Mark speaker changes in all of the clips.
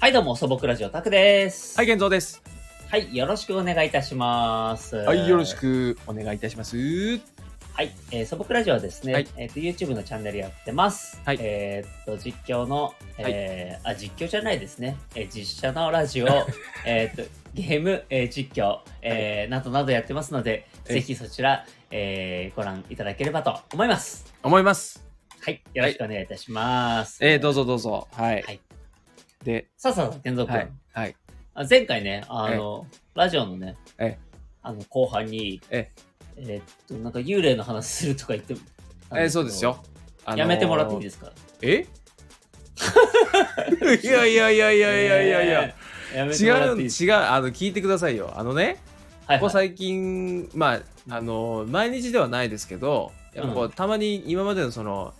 Speaker 1: はい、どうも、素朴ラジオタクです。
Speaker 2: はい、。玄三です。
Speaker 1: はい、よろしくお願いいたします。
Speaker 2: はい、よろし。くお願いいたします。
Speaker 1: はい、えー素朴ラジオはですね、
Speaker 2: はい
Speaker 1: えっ、と、YouTube のチャンネルやってます。
Speaker 2: はい
Speaker 1: えーっと、実況の、えーあ、実況じゃないですね。えー実写のラジ オ、えーっと、ゲーム、えー実況、えーなどなどやってますので、
Speaker 2: はい
Speaker 1: ぜひそちら、えーご覧いただければと思います。
Speaker 2: 思います。
Speaker 1: はい、よろしくお願いいたします。
Speaker 2: えー、どうぞどうぞ。はい。
Speaker 1: はい
Speaker 2: で、
Speaker 1: さあさあ、天蔵君。
Speaker 2: はい。はい。
Speaker 1: あ前回ね、あの、ラジオのね
Speaker 2: ええ、
Speaker 1: あの後半に、
Speaker 2: え
Speaker 1: えーっと、なんか幽霊の話するとか言って
Speaker 2: えー、そうです。よ。あのー
Speaker 1: やめてもらっていいですか
Speaker 2: え いやいやいやい
Speaker 1: い
Speaker 2: やいやいやいや。
Speaker 1: やめて
Speaker 2: 違
Speaker 1: もらっ
Speaker 2: う
Speaker 1: ていいです
Speaker 2: 違うあの聞いてくださいよあの ね
Speaker 1: はい
Speaker 2: ここ
Speaker 1: はい
Speaker 2: 最近まああの毎日ではないですけどやっぱこう
Speaker 1: う
Speaker 2: たまに今までのその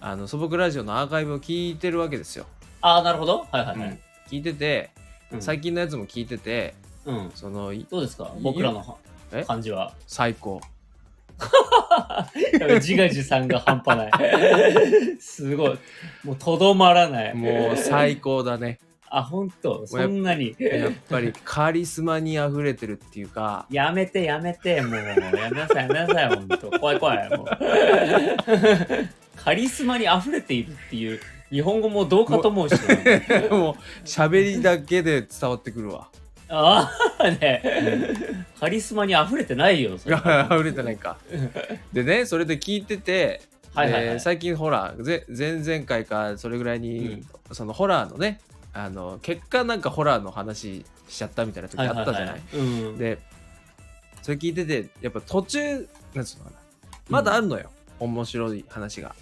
Speaker 2: あの素朴ラジオのアーカイブを聞いてるわけですよ、
Speaker 1: ああ、なるほど。はいはいは
Speaker 2: うん
Speaker 1: い。
Speaker 2: 聞いてて
Speaker 1: うん
Speaker 2: 最近のやつも聞いてて
Speaker 1: うん。
Speaker 2: そのい
Speaker 1: どうですか
Speaker 2: ゆ
Speaker 1: 僕らの
Speaker 2: え
Speaker 1: 感じは。
Speaker 2: 最高
Speaker 1: やっぱ自画自賛が半 端ない。すごい。もうとどまらない。
Speaker 2: もう最高だね
Speaker 1: あ、ほんと、そんなに。
Speaker 2: やっぱりカリスマにあふれてるっていうか
Speaker 1: やめてやめて、もう、やめなさいやめなさい、ほんと。怖い怖い、もう。 カリスマに溢れているっていう、日本語もどうかと思う し、ね。
Speaker 2: もう喋りだけで伝わってくるわ
Speaker 1: ああ、ね。カリスマに溢れてないよ、それ。
Speaker 2: あふれてないかでねそれで聞いてて
Speaker 1: はいはいはい
Speaker 2: で最近ほらぜ前々回かそれぐらいに、そのホラーのねあの結果なんかホラーの話しちゃったみたいな時
Speaker 1: はい
Speaker 2: あ
Speaker 1: はい
Speaker 2: ったじゃない,、
Speaker 1: はいうん。
Speaker 2: でそれ聞いててやっぱ途中なんつうのかなまだあるのよ、面白い話が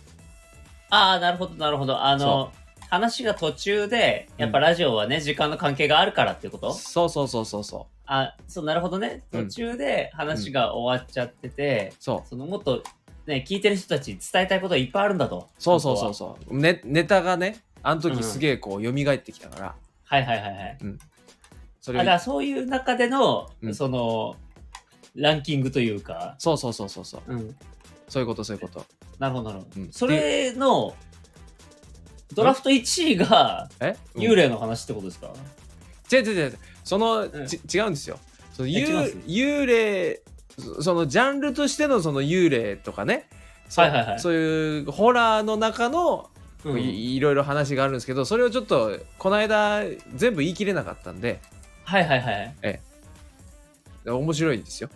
Speaker 1: ああ、なるほど、なるほど。あの
Speaker 2: そ、
Speaker 1: 話が途中で、やっぱラジオはね、時間の関係があるからっていうこと
Speaker 2: そうそうそうそうそう
Speaker 1: あ、そう、なるほどね。
Speaker 2: う
Speaker 1: 途
Speaker 2: ん
Speaker 1: 中で話が終わっちゃってて、
Speaker 2: そう
Speaker 1: そのもっと、ね、聞いてる人たちに伝えたいことがいっぱいあるんだと。
Speaker 2: そうそうそう
Speaker 1: 本当は
Speaker 2: そう、ね、ネタがねあの
Speaker 1: うん
Speaker 2: 時すげえこう蘇ってきたから、
Speaker 1: はいはいはいはい。
Speaker 2: そ
Speaker 1: あ
Speaker 2: れ
Speaker 1: だか
Speaker 2: を
Speaker 1: らそういう中での、
Speaker 2: うん
Speaker 1: そのランキングというか、
Speaker 2: そうそうそうそうそう
Speaker 1: うん、
Speaker 2: そういうことそういうこと
Speaker 1: なるほどなるほど、
Speaker 2: うん
Speaker 1: それのドラフト1位が
Speaker 2: えうん
Speaker 1: 幽霊の話ってことですか、
Speaker 2: 違う違う違うその、
Speaker 1: ん
Speaker 2: ち違うんですよその
Speaker 1: え違うんです
Speaker 2: 幽幽霊そそのジャンルとしてのその幽霊とかねそ,、
Speaker 1: はいはいはい
Speaker 2: そういうホラーの中の
Speaker 1: うん
Speaker 2: いいろいろ話があるんですけどそれをちょっとこの間全部言い切れなかったんで
Speaker 1: はいはいはい。
Speaker 2: 面白いんですよ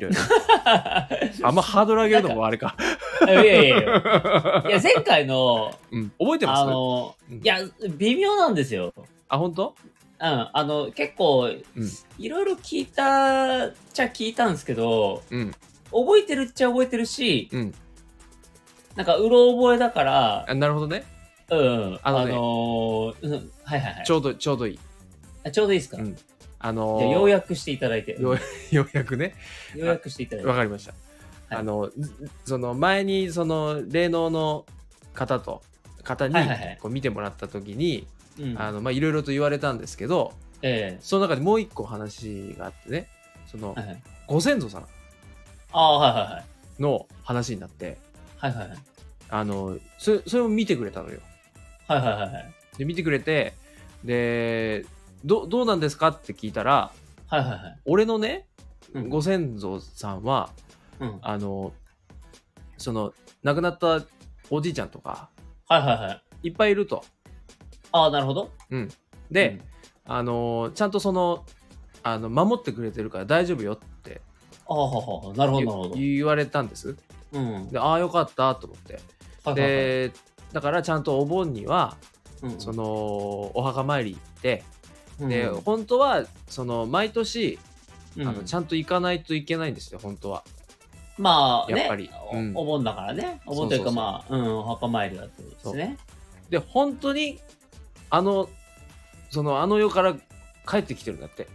Speaker 2: ろいろあんまハードル上げるのもあれか
Speaker 1: いやいやいや。いや、前回の、
Speaker 2: うん、覚えてます
Speaker 1: あの、
Speaker 2: うん
Speaker 1: いや、微妙なんですよ。うん、
Speaker 2: あ本当
Speaker 1: あの、結構、
Speaker 2: うん
Speaker 1: いろいろ聞いたっちゃ聞いたんですけど、
Speaker 2: うん
Speaker 1: 覚えてるっちゃ覚えてるし、
Speaker 2: うん
Speaker 1: なんか、うろ覚えだから、
Speaker 2: あなるほどね
Speaker 1: うん、あ
Speaker 2: あ
Speaker 1: の、
Speaker 2: のね
Speaker 1: うん、はいはいはい
Speaker 2: ち。ょうどちょうどいい
Speaker 1: あちょうどいいですか、
Speaker 2: うんあ
Speaker 1: じ
Speaker 2: の
Speaker 1: ゃあ要約していただいて。
Speaker 2: ようようやくね
Speaker 1: 要約していただいて。
Speaker 2: わかりました。
Speaker 1: はい
Speaker 2: あのずその前にその霊能の方と方に
Speaker 1: はいはいはい
Speaker 2: こう見てもらった時に
Speaker 1: うん、
Speaker 2: あのまあいろいろと言われたんですけど
Speaker 1: え
Speaker 2: その中でもう一個話があってねその
Speaker 1: えはいはい、
Speaker 2: ご先祖さん
Speaker 1: ああ、はいはい
Speaker 2: の話になって
Speaker 1: はい。はいはいはい。
Speaker 2: あのそそれを見てくれたのよ。
Speaker 1: はいはいはいはい。
Speaker 2: で見てくれてでどどうなんですかって聞いたら
Speaker 1: はいはいはい。
Speaker 2: 俺のね
Speaker 1: うん
Speaker 2: ご先祖さんは
Speaker 1: うん、
Speaker 2: あのその亡くなったおじいちゃんとか
Speaker 1: はいはいはい。
Speaker 2: いっぱいいると。
Speaker 1: ああ、なるほど。
Speaker 2: で、あのちゃんとそのあの守ってくれてるから大丈夫よって
Speaker 1: うん、ああ、はははなるほど、なるほど。
Speaker 2: 言言われたんです
Speaker 1: うん。はい
Speaker 2: でああよかったと思って
Speaker 1: はいはい、
Speaker 2: でだからちゃんとお盆には
Speaker 1: うん
Speaker 2: そのお墓参り行って
Speaker 1: うん
Speaker 2: で
Speaker 1: うん
Speaker 2: 本当はその毎年
Speaker 1: う
Speaker 2: あ
Speaker 1: ん
Speaker 2: のちゃんと行かないといけないんですよ本当は
Speaker 1: まあ、ね、
Speaker 2: やっぱりうん
Speaker 1: おお盆だからね。お盆というか、
Speaker 2: そうそうそう
Speaker 1: まあ、うん、お墓参りだってことですね。
Speaker 2: で本当にあのそのあの世から帰ってきてるんだって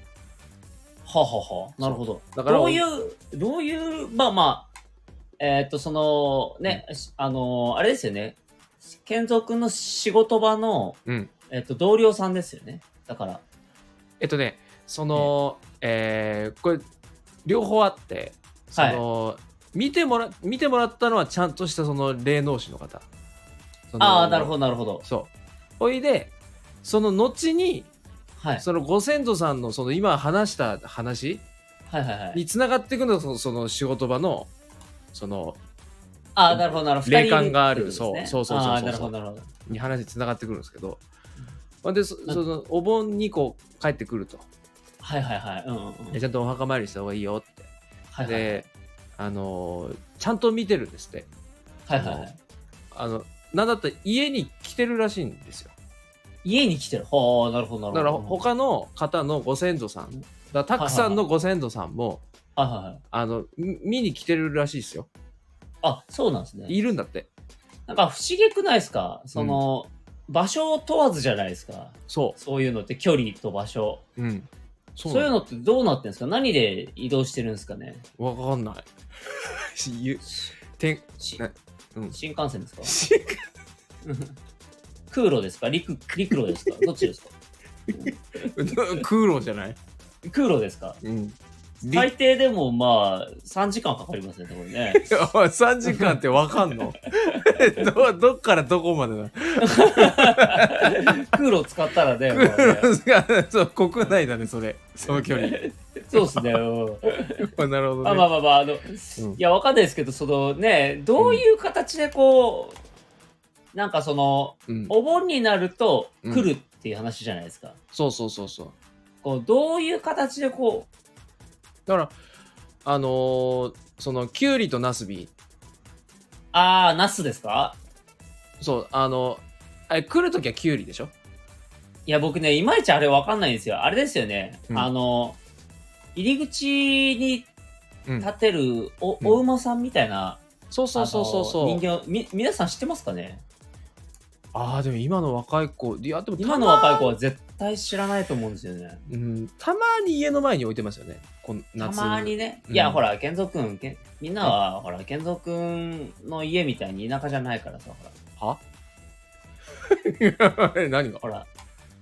Speaker 1: はあはあはあなるほど。
Speaker 2: だから
Speaker 1: どういう、どういう、まあまあ、えっ、と、その、ね、しあのー、あれですよね。健三君の仕事場の、
Speaker 2: うん
Speaker 1: えっ、と、同僚さんですよね。だから。
Speaker 2: えっとねその、えーこれ両方あってその、見てもら見てもらったのはちゃんとしたその霊能師の方
Speaker 1: ああ、なるほ
Speaker 2: ど
Speaker 1: ど、なるほど。
Speaker 2: そうほいでその後に
Speaker 1: はい
Speaker 2: そのご先祖さんのその今話した話
Speaker 1: はいはいはい
Speaker 2: につながっていくのがそのその仕事場のその
Speaker 1: あーなるほどなるほど
Speaker 2: 霊感がある
Speaker 1: 二人いってことですね
Speaker 2: そうそうそうそうそう
Speaker 1: あーなるほどなるほど
Speaker 2: に話につながってくるんですけど、まあ、でそそのお盆にこう帰ってくると
Speaker 1: はいはいはいうんうんうん
Speaker 2: でちゃんとお墓参りした方がいいよって
Speaker 1: はいはい
Speaker 2: で、あのーちゃんと見てるんですって
Speaker 1: はいはいはい
Speaker 2: あのなんだったら家に来てるらしいんですよ
Speaker 1: 家に来てるほうなるほど
Speaker 2: だ
Speaker 1: な
Speaker 2: か
Speaker 1: る
Speaker 2: ら
Speaker 1: ほど
Speaker 2: 他の方のご先祖さんだからたくさんのご先祖さんも、
Speaker 1: はいはいはい
Speaker 2: あのみ見に来てるらしいですよ
Speaker 1: あそうなんですね
Speaker 2: いるんだって
Speaker 1: なんか不思議くないですかその、場所を問わずじゃないですか。
Speaker 2: そ
Speaker 1: そういうのって距離と場所。
Speaker 2: う、うん、
Speaker 1: そ
Speaker 2: そうう
Speaker 1: いうのってどうなってるんですか何で移動してるんですかね
Speaker 2: わかんない しゆてん
Speaker 1: し
Speaker 2: ねうん
Speaker 1: 新幹線ですか
Speaker 2: し
Speaker 1: 空路ですか陸陸路です かどっちですか
Speaker 2: 空路じゃない、
Speaker 1: 空路ですか
Speaker 2: うん、り
Speaker 1: 最低でもまあ3時間かかりますね、多分ね。
Speaker 2: おい3時間ってわか んのどどっからどこまでだ
Speaker 1: 空路使ったらね、もうね
Speaker 2: そう国内だねそれその距離
Speaker 1: そうですね。うん
Speaker 2: なるほ
Speaker 1: ま
Speaker 2: ど
Speaker 1: あまあ
Speaker 2: ね
Speaker 1: まあまあ、あの、
Speaker 2: うん
Speaker 1: いや、わかんないですけど、そのね、どういう形でこう、なんかその、
Speaker 2: うん
Speaker 1: お盆になると
Speaker 2: うん
Speaker 1: 来るっていう話じゃないですか。
Speaker 2: そうそうそうそう
Speaker 1: こうどういう形でこ
Speaker 2: だからあのーそのキュウリとナスビ
Speaker 1: う、あー、ナスですか
Speaker 2: そうあのあれ来るときはキュウリでしょ
Speaker 1: いや、僕ね、いまいちあれわかんないんですよ。あれですよね。
Speaker 2: うん
Speaker 1: あの、入り口に
Speaker 2: うん
Speaker 1: 立てるお,、
Speaker 2: うん
Speaker 1: お馬さんみたいな、
Speaker 2: そうそうそうそう
Speaker 1: あ
Speaker 2: そ
Speaker 1: の
Speaker 2: う
Speaker 1: 人形み、皆さん知ってますかね
Speaker 2: ああでも今の若い子いやでも
Speaker 1: 今の若い子は絶対知らないと思うんですよね。
Speaker 2: うんたまに家の前に置いてますよねこの
Speaker 1: た
Speaker 2: 夏
Speaker 1: まにね。
Speaker 2: うん
Speaker 1: いや、ほら、健三くん、けんみんなは、ほら、健三くんの家みたいに田舎じゃないからさ、ほら。
Speaker 2: は 何が
Speaker 1: ほら、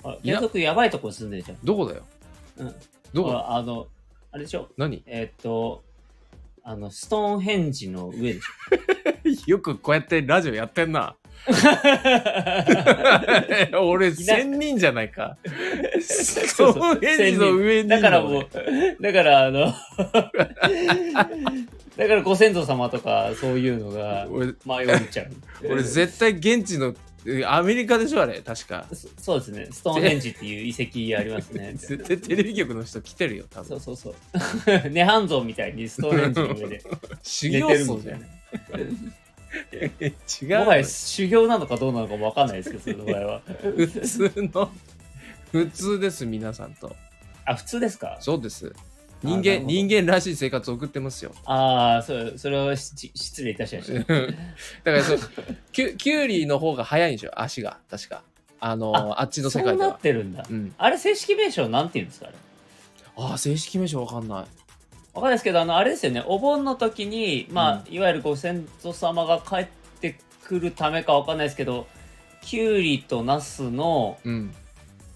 Speaker 1: ほら
Speaker 2: いや
Speaker 1: 健三くんやばいとこ住んでるじゃん。
Speaker 2: どこだよ
Speaker 1: うん
Speaker 2: ど
Speaker 1: ほ
Speaker 2: こ
Speaker 1: らあの、あれでしょ
Speaker 2: 何
Speaker 1: えーっと、あの、ストーンヘンジの上でし ょ
Speaker 2: よくこうやってラジオやってんな俺千人じゃないか
Speaker 1: そう
Speaker 2: その返事の上にいんの
Speaker 1: だからもう、だからあの、だからご先祖様とかそういうのが
Speaker 2: 俺
Speaker 1: 迷っちゃう。
Speaker 2: 俺絶対現地のえアメリカでしょあれ確か
Speaker 1: そそうですね、ストーンヘンジっていう遺跡ありますね。
Speaker 2: 絶対テレビ局の人来てるよ多
Speaker 1: そ
Speaker 2: 分
Speaker 1: うそう そう。ネハンゾンみたいにストーンヘンジの上で
Speaker 2: 修
Speaker 1: 寝
Speaker 2: 行
Speaker 1: てる
Speaker 2: 僧
Speaker 1: み
Speaker 2: じ
Speaker 1: た
Speaker 2: ゃ
Speaker 1: い
Speaker 2: ん
Speaker 1: な。
Speaker 2: 違う
Speaker 1: もはや修行なのかどうなのかもわかんないですけど、その場合 は。
Speaker 2: 普通の普通です皆さんと
Speaker 1: あ、普通ですか
Speaker 2: そうです
Speaker 1: あ
Speaker 2: 人
Speaker 1: なるほど
Speaker 2: 間人間らしい生活を送ってますよ
Speaker 1: ああ、そうそれはし失礼いたしまし
Speaker 2: だ
Speaker 1: た。
Speaker 2: からそうキュキュウリの方が早いんでしょ足が確かあのあっちの世
Speaker 1: そう
Speaker 2: 界で
Speaker 1: な
Speaker 2: は
Speaker 1: ってるんだ。
Speaker 2: うん、
Speaker 1: あれ正式名称なんて言うんですかあれ
Speaker 2: ああ正式名称わかんない
Speaker 1: わかんないですけど、あの、あれですよね、お盆の時に、まあ、いわゆるご先祖様が帰ってくるためかわかんないですけど、きゅうりとナスの、
Speaker 2: うん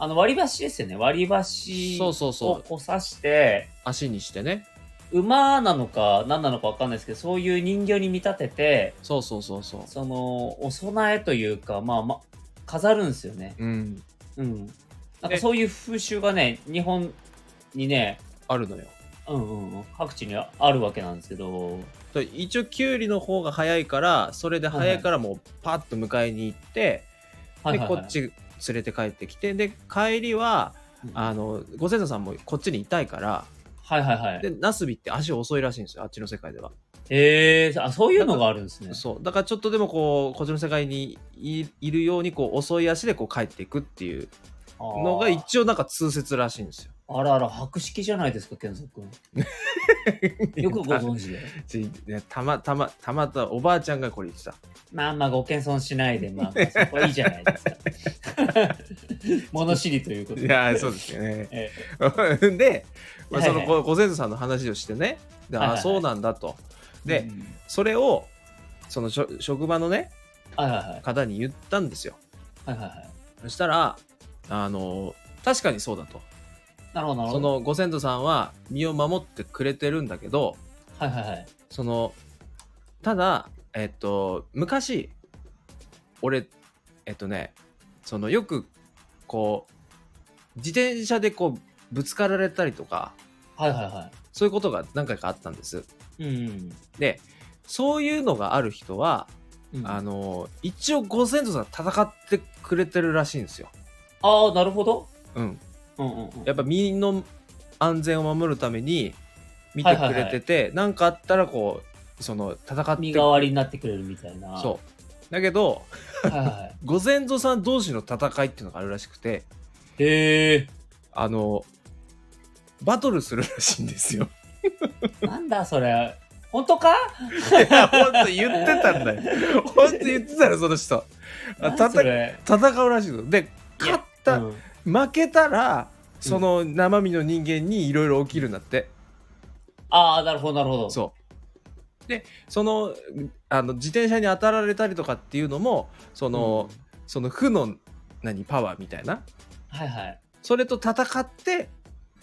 Speaker 1: あの、割り箸ですよね、割り箸
Speaker 2: そうそう
Speaker 1: を
Speaker 2: そう
Speaker 1: こう刺して、
Speaker 2: 足にしてね
Speaker 1: 馬なのか何なのかわかんないですけど、そういう人形に見立てて、
Speaker 2: そうそうそうそう
Speaker 1: その、お供えというか、まあ、ま、飾るんですよね。
Speaker 2: うん
Speaker 1: うん。なんか
Speaker 2: で
Speaker 1: そういう風習がね、日本にね、
Speaker 2: あるのよ
Speaker 1: うんうんうん、各地にああるわけなんですけど、
Speaker 2: と一応キュウリの方が早いからそれで早いからもうパッと迎えに行って、
Speaker 1: はいはいはい
Speaker 2: でこっち連れて帰ってきてで帰りは
Speaker 1: うん
Speaker 2: あのご先祖さんもこっちにいたいから
Speaker 1: はいはいはい。
Speaker 2: でナスビって足遅いらしいんですよあっちの世界では、
Speaker 1: えー、あそういうのがあるんですね。
Speaker 2: そうだからちょっとでもこうこっちの世界にいいるようにこう遅い足でこう帰っていくっていうのが
Speaker 1: あー
Speaker 2: 一応なんか通説らしいんですよ
Speaker 1: あらあら、白色じゃないですか、健三 君。よくご存知で。
Speaker 2: ちねたまたまたまたおばあちゃんがこれ言ってた
Speaker 1: まあまあ、ご謙遜しないで、まあ、ま あ、そこはいいじゃないですか。 物知りということ
Speaker 2: い
Speaker 1: で。
Speaker 2: やーそうですよね
Speaker 1: え
Speaker 2: で、まあ、そ
Speaker 1: は
Speaker 2: の
Speaker 1: いは
Speaker 2: ごご先祖さんの話をしてねで
Speaker 1: はい
Speaker 2: あ
Speaker 1: はいは
Speaker 2: あ
Speaker 1: い
Speaker 2: そうなんだと
Speaker 1: えう
Speaker 2: で
Speaker 1: ん
Speaker 2: それをそのしょ職場のね
Speaker 1: はいは
Speaker 2: 方に言ったんですよ
Speaker 1: いはい。はいはいはい。
Speaker 2: そしたらあの確かにそうだと
Speaker 1: なるほど、なる
Speaker 2: そ
Speaker 1: ほど。
Speaker 2: のご先祖さんは身を守ってくれてるんだけど
Speaker 1: はいはいはい。
Speaker 2: そのただえっと昔俺えっとねそのよくこう自転車でこうぶつかられたりとか
Speaker 1: はいはいは
Speaker 2: そういうことが何回かあったんです
Speaker 1: い。うん
Speaker 2: でそういうのがある人は、
Speaker 1: うん。
Speaker 2: あ
Speaker 1: あ
Speaker 2: の一応ゴセントさん戦ってくれてるらしいんですよ、
Speaker 1: あー、なるほど。
Speaker 2: うん、
Speaker 1: うんうんうん。
Speaker 2: やっぱ身の安全を守るために見てくれてて何、かあったらこうその戦って
Speaker 1: 身代わりになってくれるみたいな。
Speaker 2: そうだけど
Speaker 1: う。はいは
Speaker 2: ご先祖さん同士の戦いっていうのがあるらしくて
Speaker 1: い。へえ。
Speaker 2: あのバトルするらしいんで すよ。
Speaker 1: なんだそれ。本当か
Speaker 2: いや本当言ってたんだよ。本当言ってたよその人。あ
Speaker 1: 何そ
Speaker 2: 戦
Speaker 1: れ
Speaker 2: 戦うらしいの。で勝った、
Speaker 1: うん
Speaker 2: 負けたらその生身の人間にいろいろ起きるんだって。
Speaker 1: ああ、なるほどなるほど。
Speaker 2: そうでそのあの自転車に当たられたりとかっていうのもその,、その負の何パワーみたいな
Speaker 1: はいはい。
Speaker 2: それと戦って、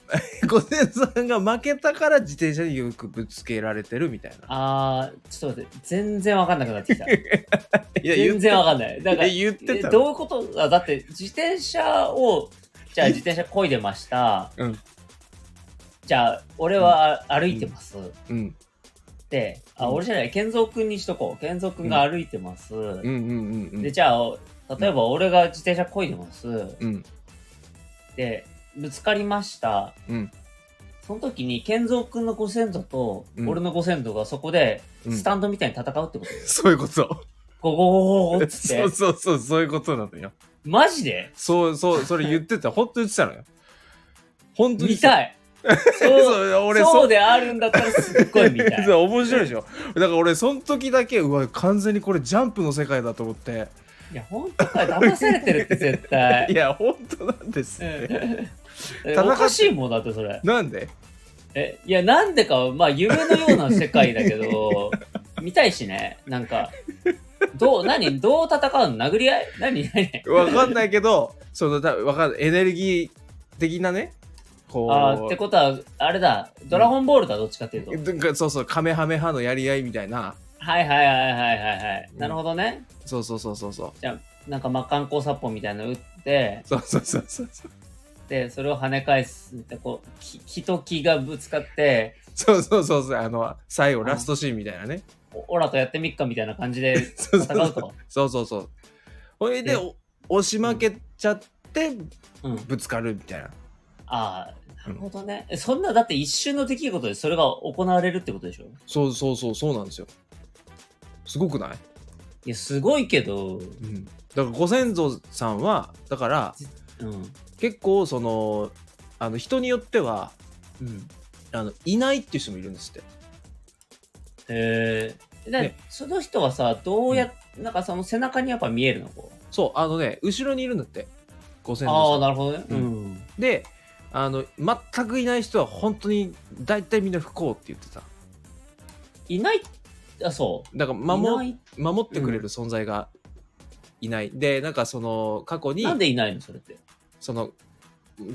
Speaker 2: 御前さんが負けたから自転車によくぶつけられてるみたいな。
Speaker 1: ああ、ちょっと待って、全然わかんなくなってき た。
Speaker 2: い
Speaker 1: 全然わかんない。だから、
Speaker 2: 言ってた
Speaker 1: え
Speaker 2: の
Speaker 1: どういうことあだって、自転車を、じゃあ自転車漕いでました。
Speaker 2: うん
Speaker 1: じゃあ、俺は歩いてます。
Speaker 2: うん
Speaker 1: で、
Speaker 2: う
Speaker 1: あ、
Speaker 2: ん
Speaker 1: 俺じゃない、健三君にしとこう。健三君が歩いてます。
Speaker 2: うんうんうんう
Speaker 1: で、
Speaker 2: ん
Speaker 1: じゃあ、例えば俺が自転車漕いでます。
Speaker 2: うん
Speaker 1: で、ぶつかりました。
Speaker 2: うん
Speaker 1: その時に、健三君のご先祖と、
Speaker 2: うん
Speaker 1: 俺のご先祖がそこで、
Speaker 2: うん
Speaker 1: スタンドみたいに戦うってこと、
Speaker 2: そういうこと
Speaker 1: ゴゴゴゴゴゴっつって
Speaker 2: そう。そうそうそういうことなのよ
Speaker 1: マジで
Speaker 2: そうそうそれ言って た本当言ってたのよ本当に
Speaker 1: 見たい。そう
Speaker 2: そう俺
Speaker 1: そ
Speaker 2: そう
Speaker 1: であるんだったらすっごい見たい。
Speaker 2: そう面白いでしょだから俺その時だけうわ完全にこれジャンプの世界だと思って
Speaker 1: いや、本当かよ、騙されてるって絶対。
Speaker 2: いや本当なんです
Speaker 1: うん
Speaker 2: ね
Speaker 1: えおかしいもんだってそれ。
Speaker 2: なんで
Speaker 1: え、いや、なんでかは、まあ、夢のような世界だけど、見たいしね、なんか、どう、何、どう戦うの殴り合い何、何
Speaker 2: わかんないけど、その、たわかんない、エネルギー的なね、こう、
Speaker 1: あーってことは、あれだ、ドラゴンボールだ、どっちかっていうと。
Speaker 2: なんかそうそう、カメハメ派のやり合いみたいな、
Speaker 1: はいはいはいはいはいはい。
Speaker 2: うん
Speaker 1: なるほどね。
Speaker 2: そうそうそうそうそう。
Speaker 1: なんか、まあ、観光殺法みたいなの打って、
Speaker 2: そうそうそうそうそう
Speaker 1: で、それを跳ね返すって、こう、木木と木がぶつかって、
Speaker 2: そうそうそうそうあの最後
Speaker 1: あ
Speaker 2: ラストシーンみたいなね
Speaker 1: おオラとやってみっかみたいな感じで
Speaker 2: そう
Speaker 1: 戦
Speaker 2: そうう
Speaker 1: と。
Speaker 2: そうそうそうほいで
Speaker 1: え
Speaker 2: お押し負けちゃって
Speaker 1: うん、
Speaker 2: ぶつかるみたいな
Speaker 1: ああ、なるほどね。えそんな、だって一瞬の出来事でそれが行われるってことでしょ
Speaker 2: そうそうそうそうなんですよすごくない、
Speaker 1: いや、すごいけど、
Speaker 2: うん、だからご先祖さんはだから
Speaker 1: うん。
Speaker 2: 結構そのあの人によっては
Speaker 1: うん。
Speaker 2: あのいないっていう人もいるんですって
Speaker 1: へえ。で、
Speaker 2: ね
Speaker 1: その人はさ、どうや、なんかその背中にやっぱ見えるのこう。
Speaker 2: そうあのね後ろにいるんだってご先
Speaker 1: ああ、
Speaker 2: 祖さ
Speaker 1: なるほどね。う
Speaker 2: うん
Speaker 1: ん。
Speaker 2: んであの全くいない人は本当に大体みんな不幸って言ってた
Speaker 1: いない、あ、そう。
Speaker 2: だから守
Speaker 1: いな
Speaker 2: 守ってくれる存在がいない、でなんかその過去
Speaker 1: い
Speaker 2: に
Speaker 1: なんでいないのそれって。
Speaker 2: その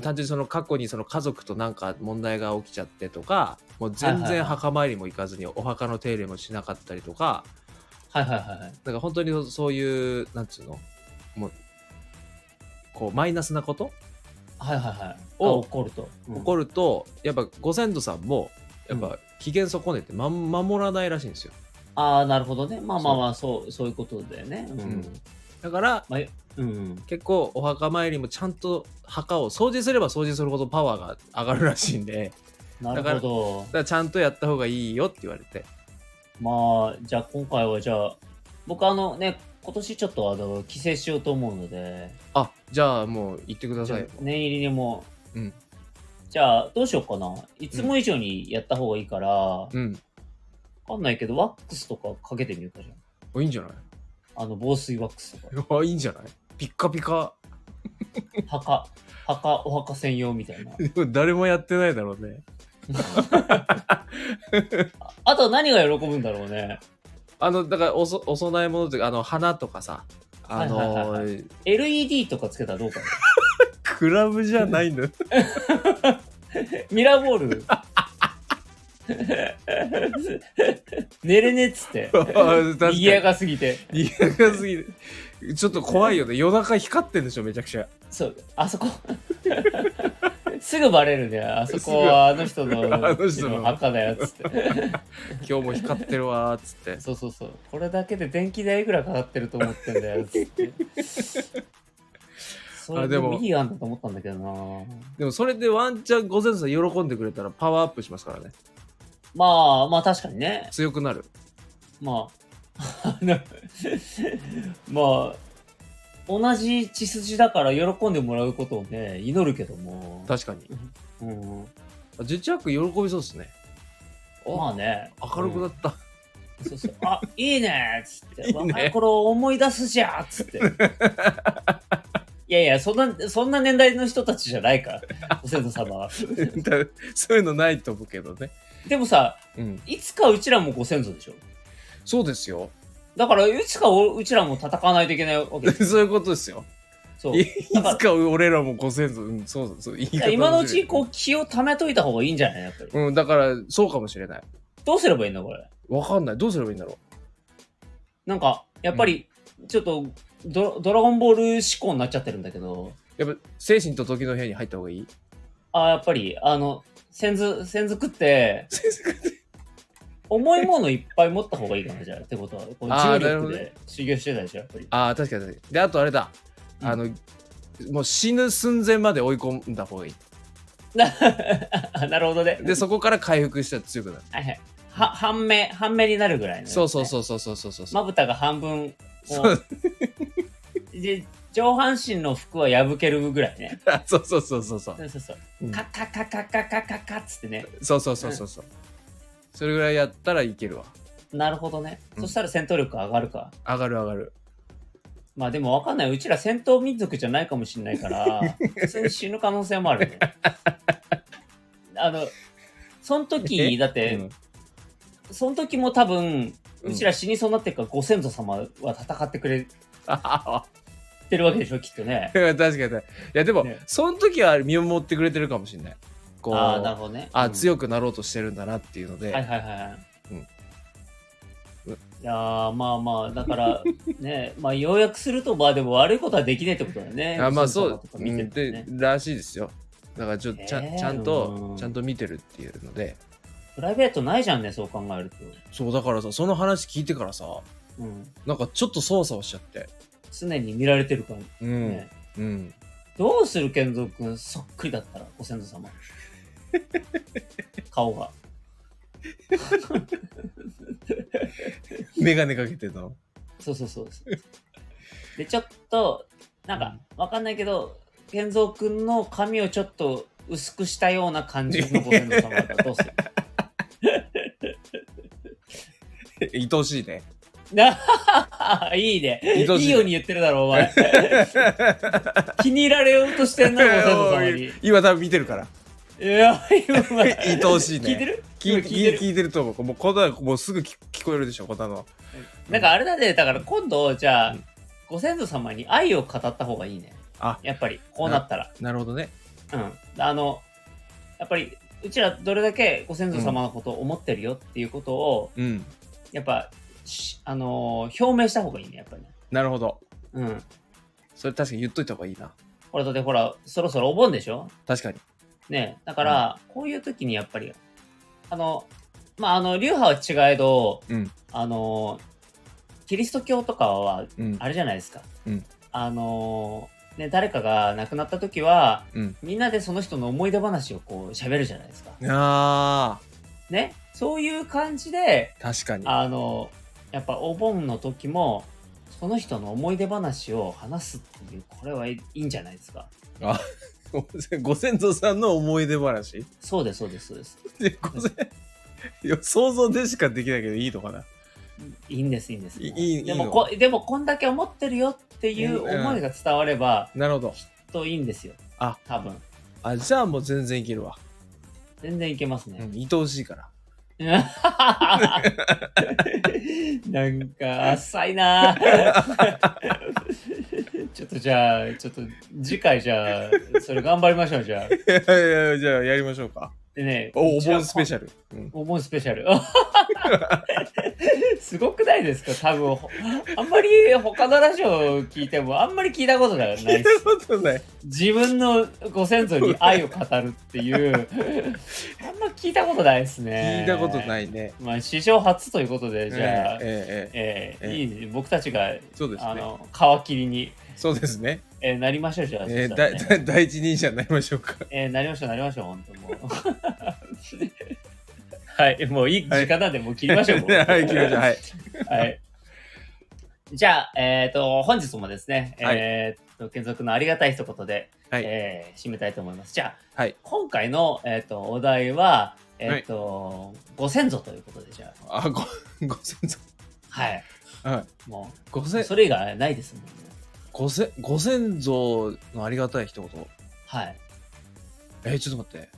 Speaker 2: 単純にその過去にその家族となんか問題が起きちゃってとかもう全
Speaker 1: はいはいは
Speaker 2: 然
Speaker 1: い
Speaker 2: 墓参りも行かずにお墓の手入れもしなかったりとか
Speaker 1: はいはいはいはい。
Speaker 2: なんか本当にそういうなんつうのもうこうマイナスなこと
Speaker 1: はいはいはい。
Speaker 2: お
Speaker 1: を怒ると。
Speaker 2: 怒
Speaker 1: る。
Speaker 2: るとやっぱご先祖さんもやっぱ機嫌損ねて、ま、守らないらしいんですよ
Speaker 1: ああ、なるほどね。まあまあまあ、そう、そういうことだよね。うん
Speaker 2: うん。だから
Speaker 1: まあ、うん。
Speaker 2: 結構お墓参りもちゃんと墓を掃除すれば掃除するほどパワーが上がるらしいんで
Speaker 1: なるほど
Speaker 2: だか。らちゃんとやった方がいいよって言われて
Speaker 1: まあ、じゃあ今回はじゃあ、僕あのね、今年ちょっとあの、帰省しようと思うので、
Speaker 2: あじゃあもう行ってくだ
Speaker 1: じゃ
Speaker 2: さ
Speaker 1: あ
Speaker 2: いよ
Speaker 1: 念入りにもう、
Speaker 2: うん
Speaker 1: じゃあどうしようかな。いつも以上にやった方がいいから、わ
Speaker 2: うん
Speaker 1: かんないけど、ワックスとかかけてみるかじゃん。
Speaker 2: おいいんじゃない
Speaker 1: あの、防水ワックスとか。
Speaker 2: あいいんじゃないピッカピカ
Speaker 1: 墓、墓、お墓専用みた いな。
Speaker 2: 誰もやってないだろうね
Speaker 1: あと何が喜ぶんだろうね。
Speaker 2: あのだからおそお供え物というかあの花とかさあの
Speaker 1: はいはいは LED とかつけたらどうかな。
Speaker 2: クラブじゃないんだ
Speaker 1: ミラーボール。寝れねっつって。
Speaker 2: 確かに
Speaker 1: 賑やかすぎて。
Speaker 2: 賑やかすぎるちょっと怖いよね夜中光ってんでしょめちゃくちゃ
Speaker 1: そう、あそこ。すぐバレるね。あそこはあの人の
Speaker 2: あの人の
Speaker 1: 赤だよっつって。
Speaker 2: 今日も光ってるわーっつって
Speaker 1: そうそうそう。これだけで電気代いくらかかってると思ってんだよっつって。それ
Speaker 2: あ
Speaker 1: で
Speaker 2: で
Speaker 1: も
Speaker 2: も
Speaker 1: いい案だと思ったんだけどな。
Speaker 2: でもそれでワンチャンご先祖さん喜んでくれたらパワーアップしますからね
Speaker 1: まあまあ確かにね。
Speaker 2: 強くなる
Speaker 1: まあ、あ の、まあ、同じ血筋だから喜んでもらうことをね、祈るけども。
Speaker 2: 確かに
Speaker 1: うん、
Speaker 2: ジュチャック喜びそうですね
Speaker 1: まあね。
Speaker 2: 明るくな
Speaker 1: っ
Speaker 2: った、
Speaker 1: て、そうそう あ、いいねっつって。
Speaker 2: いね
Speaker 1: 若い頃を思い出すじゃっ つって。いやいや、そんな、そんな年代の人たちじゃないから、ご先祖様は。
Speaker 2: だ そういうのないと思うけどね、
Speaker 1: でもさ、
Speaker 2: うん、
Speaker 1: いつかうちらもご先祖でしょ。
Speaker 2: そうですよ
Speaker 1: だから、いつかおうちらも戦わないといけないわけです。
Speaker 2: そういうことですよ
Speaker 1: そう。
Speaker 2: いい
Speaker 1: だから
Speaker 2: つか俺らもご先祖うんそうそうそう言い
Speaker 1: い
Speaker 2: 方
Speaker 1: や今のうち、
Speaker 2: 面白
Speaker 1: こう、気を貯めといた方がいいんじゃないやっぱり。
Speaker 2: いうんだからそうかもしれない
Speaker 1: どうすればいいのこれ。
Speaker 2: わかんないどうすればいいんだろ
Speaker 1: なんか、やっぱり、ちょっとド、ドラゴンボール思考になっちゃってるんだけど、
Speaker 2: うやっぱ精神と時の部屋に入った方がいい
Speaker 1: あーやっぱり、あの、先ず、先ず食って、重いものいっぱい持った方がいいかな、じゃあ。ってことは、こう
Speaker 2: あー
Speaker 1: 重
Speaker 2: なる
Speaker 1: 力
Speaker 2: ほど
Speaker 1: で修行してたでしょ、やっぱり。
Speaker 2: ああ確かに確かにであとあれだ、
Speaker 1: うん
Speaker 2: あのもう死ぬ寸前まで追い込んだ方がいい
Speaker 1: あなるほどね。
Speaker 2: でそこから回復したら強くなる、
Speaker 1: はいはい。は、半目、半目になるぐらいの、
Speaker 2: そうそう
Speaker 1: う。
Speaker 2: そうそうそうそうそう
Speaker 1: まぶたが半分、こ
Speaker 2: そう
Speaker 1: うで、上半身の服は破けるぐらいね。
Speaker 2: あそうそうそうそうそう
Speaker 1: そうそうそうう。
Speaker 2: ん
Speaker 1: カッカッカッカッカッカッカッカッつってね。
Speaker 2: そうそうそうそうそうそれぐらいやったらいけるわ
Speaker 1: なるほどね。
Speaker 2: うん
Speaker 1: そしたら戦闘力上がるか。
Speaker 2: 上がる上がる
Speaker 1: まあでもわかんない。うちら戦闘民族じゃないかもしれない から、普通に死ぬ可能性もあるね。あの、その時、
Speaker 2: え
Speaker 1: だって、
Speaker 2: うん
Speaker 1: その時も多分、
Speaker 2: うん
Speaker 1: うちら死にそうになってるから、ご先祖様は戦ってくれ
Speaker 2: ああ
Speaker 1: てるわけでしょ、きっとね。
Speaker 2: 確かに確かにいやでも、
Speaker 1: ね
Speaker 2: その時は見守ってくれてるかもしれないこう
Speaker 1: ああ、なる
Speaker 2: あ
Speaker 1: ほどね。
Speaker 2: あ
Speaker 1: い、
Speaker 2: 強くなろうとしてるんだなっていうので、
Speaker 1: はいはいはい。
Speaker 2: うん
Speaker 1: いやーまあまあだからねまあ要約するとまあでも悪いことはできねえってことだよね
Speaker 2: あまあそ
Speaker 1: ご先祖
Speaker 2: う
Speaker 1: 様とか見てるとね
Speaker 2: うんでらしいですよだからちょっとちゃ,、
Speaker 1: ねえ
Speaker 2: ちゃんと、
Speaker 1: うん
Speaker 2: ちゃんと見てるっていうので
Speaker 1: プライベートないじゃんねそう考えると
Speaker 2: そうだからさその話聞いてからさ
Speaker 1: うん
Speaker 2: なんかちょっとそわそわしちゃって
Speaker 1: 常に見られてるからね、
Speaker 2: うん、うん
Speaker 1: どうする健三君そっくりだったらご先祖 様顔が
Speaker 2: 眼鏡かけてたの
Speaker 1: そうそうそうそうでちょっとなんかわかんないけど健三君の髪をちょっと薄くしたような感じのご先祖様だったらどうする
Speaker 2: 愛おしいね
Speaker 1: ないいね
Speaker 2: 愛おしい
Speaker 1: いいように言ってるだろお 前気に入られようとしてんなご先祖様 に
Speaker 2: 今多分見てるから
Speaker 1: いや今
Speaker 2: 愛おしいね
Speaker 1: 聞いてる
Speaker 2: 聞い
Speaker 1: 今聞
Speaker 2: 聞
Speaker 1: いて
Speaker 2: い
Speaker 1: る
Speaker 2: 聞いてると思うもうこんなのもうすぐ聞聞こえるでしょこんなの
Speaker 1: なんかあれだね、だから今度、じゃあ、
Speaker 2: うん
Speaker 1: ご先祖様に愛を語った方がいいね。
Speaker 2: あ
Speaker 1: やっぱり、こうなったら。
Speaker 2: なるほどね
Speaker 1: うん。あの、やっぱり、うちらどれだけご先祖様のことを思ってるよっていうことを、
Speaker 2: うん
Speaker 1: やっぱ、しあのー表明した方がいいね、やっぱりね。
Speaker 2: なるほど
Speaker 1: うん。
Speaker 2: それ確かに言っといた方がいいな
Speaker 1: これだってほら、そろそろお盆でしょ
Speaker 2: 確かに
Speaker 1: ね。だから、こういう時にやっぱり、あの、まあ、あの、流派は違えど、
Speaker 2: うん
Speaker 1: あのーキリスト教とかは
Speaker 2: うん
Speaker 1: あれじゃないですか。
Speaker 2: うん
Speaker 1: あのーね、誰かが亡くなった時は、
Speaker 2: うん
Speaker 1: みんなでその人の思い出話をこう喋るじゃないですか。
Speaker 2: あ
Speaker 1: ね。そういう感じで、
Speaker 2: ー確かに
Speaker 1: あのーやっぱお盆の時も、その人の思い出話を話すっていう、これはいいいんじゃないですか。
Speaker 2: ご先祖さんの思い出 話
Speaker 1: そうです、そうです、そうです。
Speaker 2: でご先いや想像でしかできないけどいいのかない
Speaker 1: いんです、いいんです。
Speaker 2: いいい
Speaker 1: で
Speaker 2: い
Speaker 1: も
Speaker 2: の
Speaker 1: こ、でもこんだけ思ってるよっていう思いが伝われば、
Speaker 2: なるほど
Speaker 1: といいんですよ。
Speaker 2: あ
Speaker 1: 多分。
Speaker 2: あじゃあもう全然いけるわ、
Speaker 1: 全然いけますね。
Speaker 2: うん、愛おしいから
Speaker 1: なんか浅いなちょっとじゃあちょっと次回じゃあそれ頑張りましょうじゃあ
Speaker 2: いやいやいやじゃあやりましょうか
Speaker 1: でね、
Speaker 2: おお
Speaker 1: うちは
Speaker 2: 盆スペシャル。うん
Speaker 1: お盆スペシャル。 すごくないですか多分。ほあんまり他のラジオ聞いても、あんまり聞いたことがない
Speaker 2: 聞い
Speaker 1: で
Speaker 2: た
Speaker 1: す。
Speaker 2: ことない。
Speaker 1: 自分のご先祖に愛を語るっていう、 あんま聞いたことないですね。
Speaker 2: 聞いたこと
Speaker 1: い。
Speaker 2: ないね。
Speaker 1: まあ、史上初ということで、じゃあ、
Speaker 2: ええええ
Speaker 1: え
Speaker 2: え
Speaker 1: ー
Speaker 2: ええ
Speaker 1: いいね僕たちが、
Speaker 2: えそうです
Speaker 1: あ
Speaker 2: ね。
Speaker 1: の、皮切りに、
Speaker 2: そうですね。
Speaker 1: えーなりましょう、じゃあ。
Speaker 2: え
Speaker 1: そし
Speaker 2: ー、
Speaker 1: たら
Speaker 2: だ
Speaker 1: ね
Speaker 2: だ第一人者になりましょうか。
Speaker 1: えーなりましょう、なりましょう、本当もう。 はい、もういい時間なんで、もう切りましょう。もう
Speaker 2: はい、切りましょう。はい。
Speaker 1: はい。じゃあ、えっ、と、本日もですね、
Speaker 2: はい
Speaker 1: えっ、と、継続のありがたい一言で、
Speaker 2: はい
Speaker 1: えー締めたいと思います。じゃあ、
Speaker 2: はい
Speaker 1: 今回の、えっ、と、お題は、えっ、と、ご先祖ということで、じゃあ、
Speaker 2: あ、ご、ご先祖。
Speaker 1: はい。
Speaker 2: はい。
Speaker 1: も
Speaker 2: ご
Speaker 1: う、
Speaker 2: せ
Speaker 1: それ以外ないですもんね。
Speaker 2: ごせご先祖のありがたい一言。
Speaker 1: はい。
Speaker 2: えー、ちょっと待って。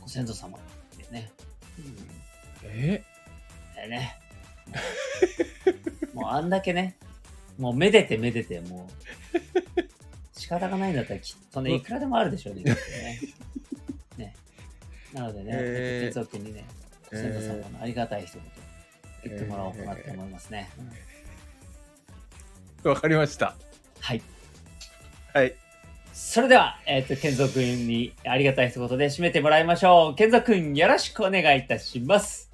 Speaker 1: ご先祖様ですね。うん
Speaker 2: え
Speaker 1: だよね。 もうもうあんだけね、もうめでてめでて、もう仕方がないんだったらきっ とね、
Speaker 2: うん
Speaker 1: いくらでもあるでしょうね。きっとねねなのでね、
Speaker 2: えー
Speaker 1: 哲夫君にね、
Speaker 2: え
Speaker 1: 先祖
Speaker 2: ー
Speaker 1: 様のありがたい一言言ってもらおうかなと思いますね。うん
Speaker 2: わかりました。
Speaker 1: はい。
Speaker 2: はい。
Speaker 1: それでは、えっ、と、健三君にありがたい一言で締めてもらいましょう。健三君、よろしくお願いいたします。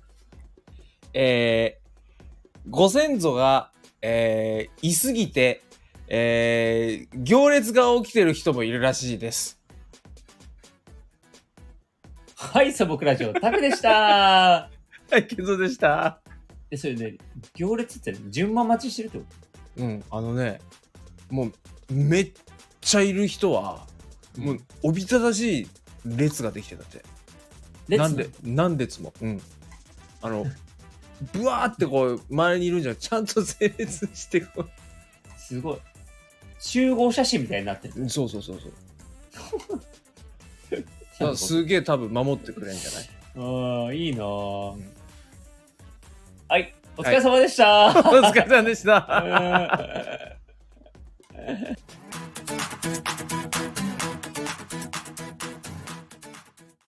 Speaker 2: えーご先祖が、えーいすぎて、えー行列が起きてる人もいるらしいです。
Speaker 1: はい、素朴ラジオ、タクでした。
Speaker 2: はい、ケンゾでした。
Speaker 1: え、それね、行列って順番待ちしてるってこと
Speaker 2: うん、あのね、もう、めっちゃいる人は、もう、おびただしい列ができてたって。
Speaker 1: 列
Speaker 2: なんで、何列も。うん。あの、ぶわーってこう、周りにいるんじゃなくちゃんと整列してこう。
Speaker 1: すごい集合写真みたいになってる
Speaker 2: そうそうそうそう。だからすげえ多分守ってくれるんじゃ な
Speaker 1: う
Speaker 2: い
Speaker 1: んいいなぁ、
Speaker 2: うん
Speaker 1: はいお疲れ様でした、
Speaker 2: お 疲れ様でした。
Speaker 1: うん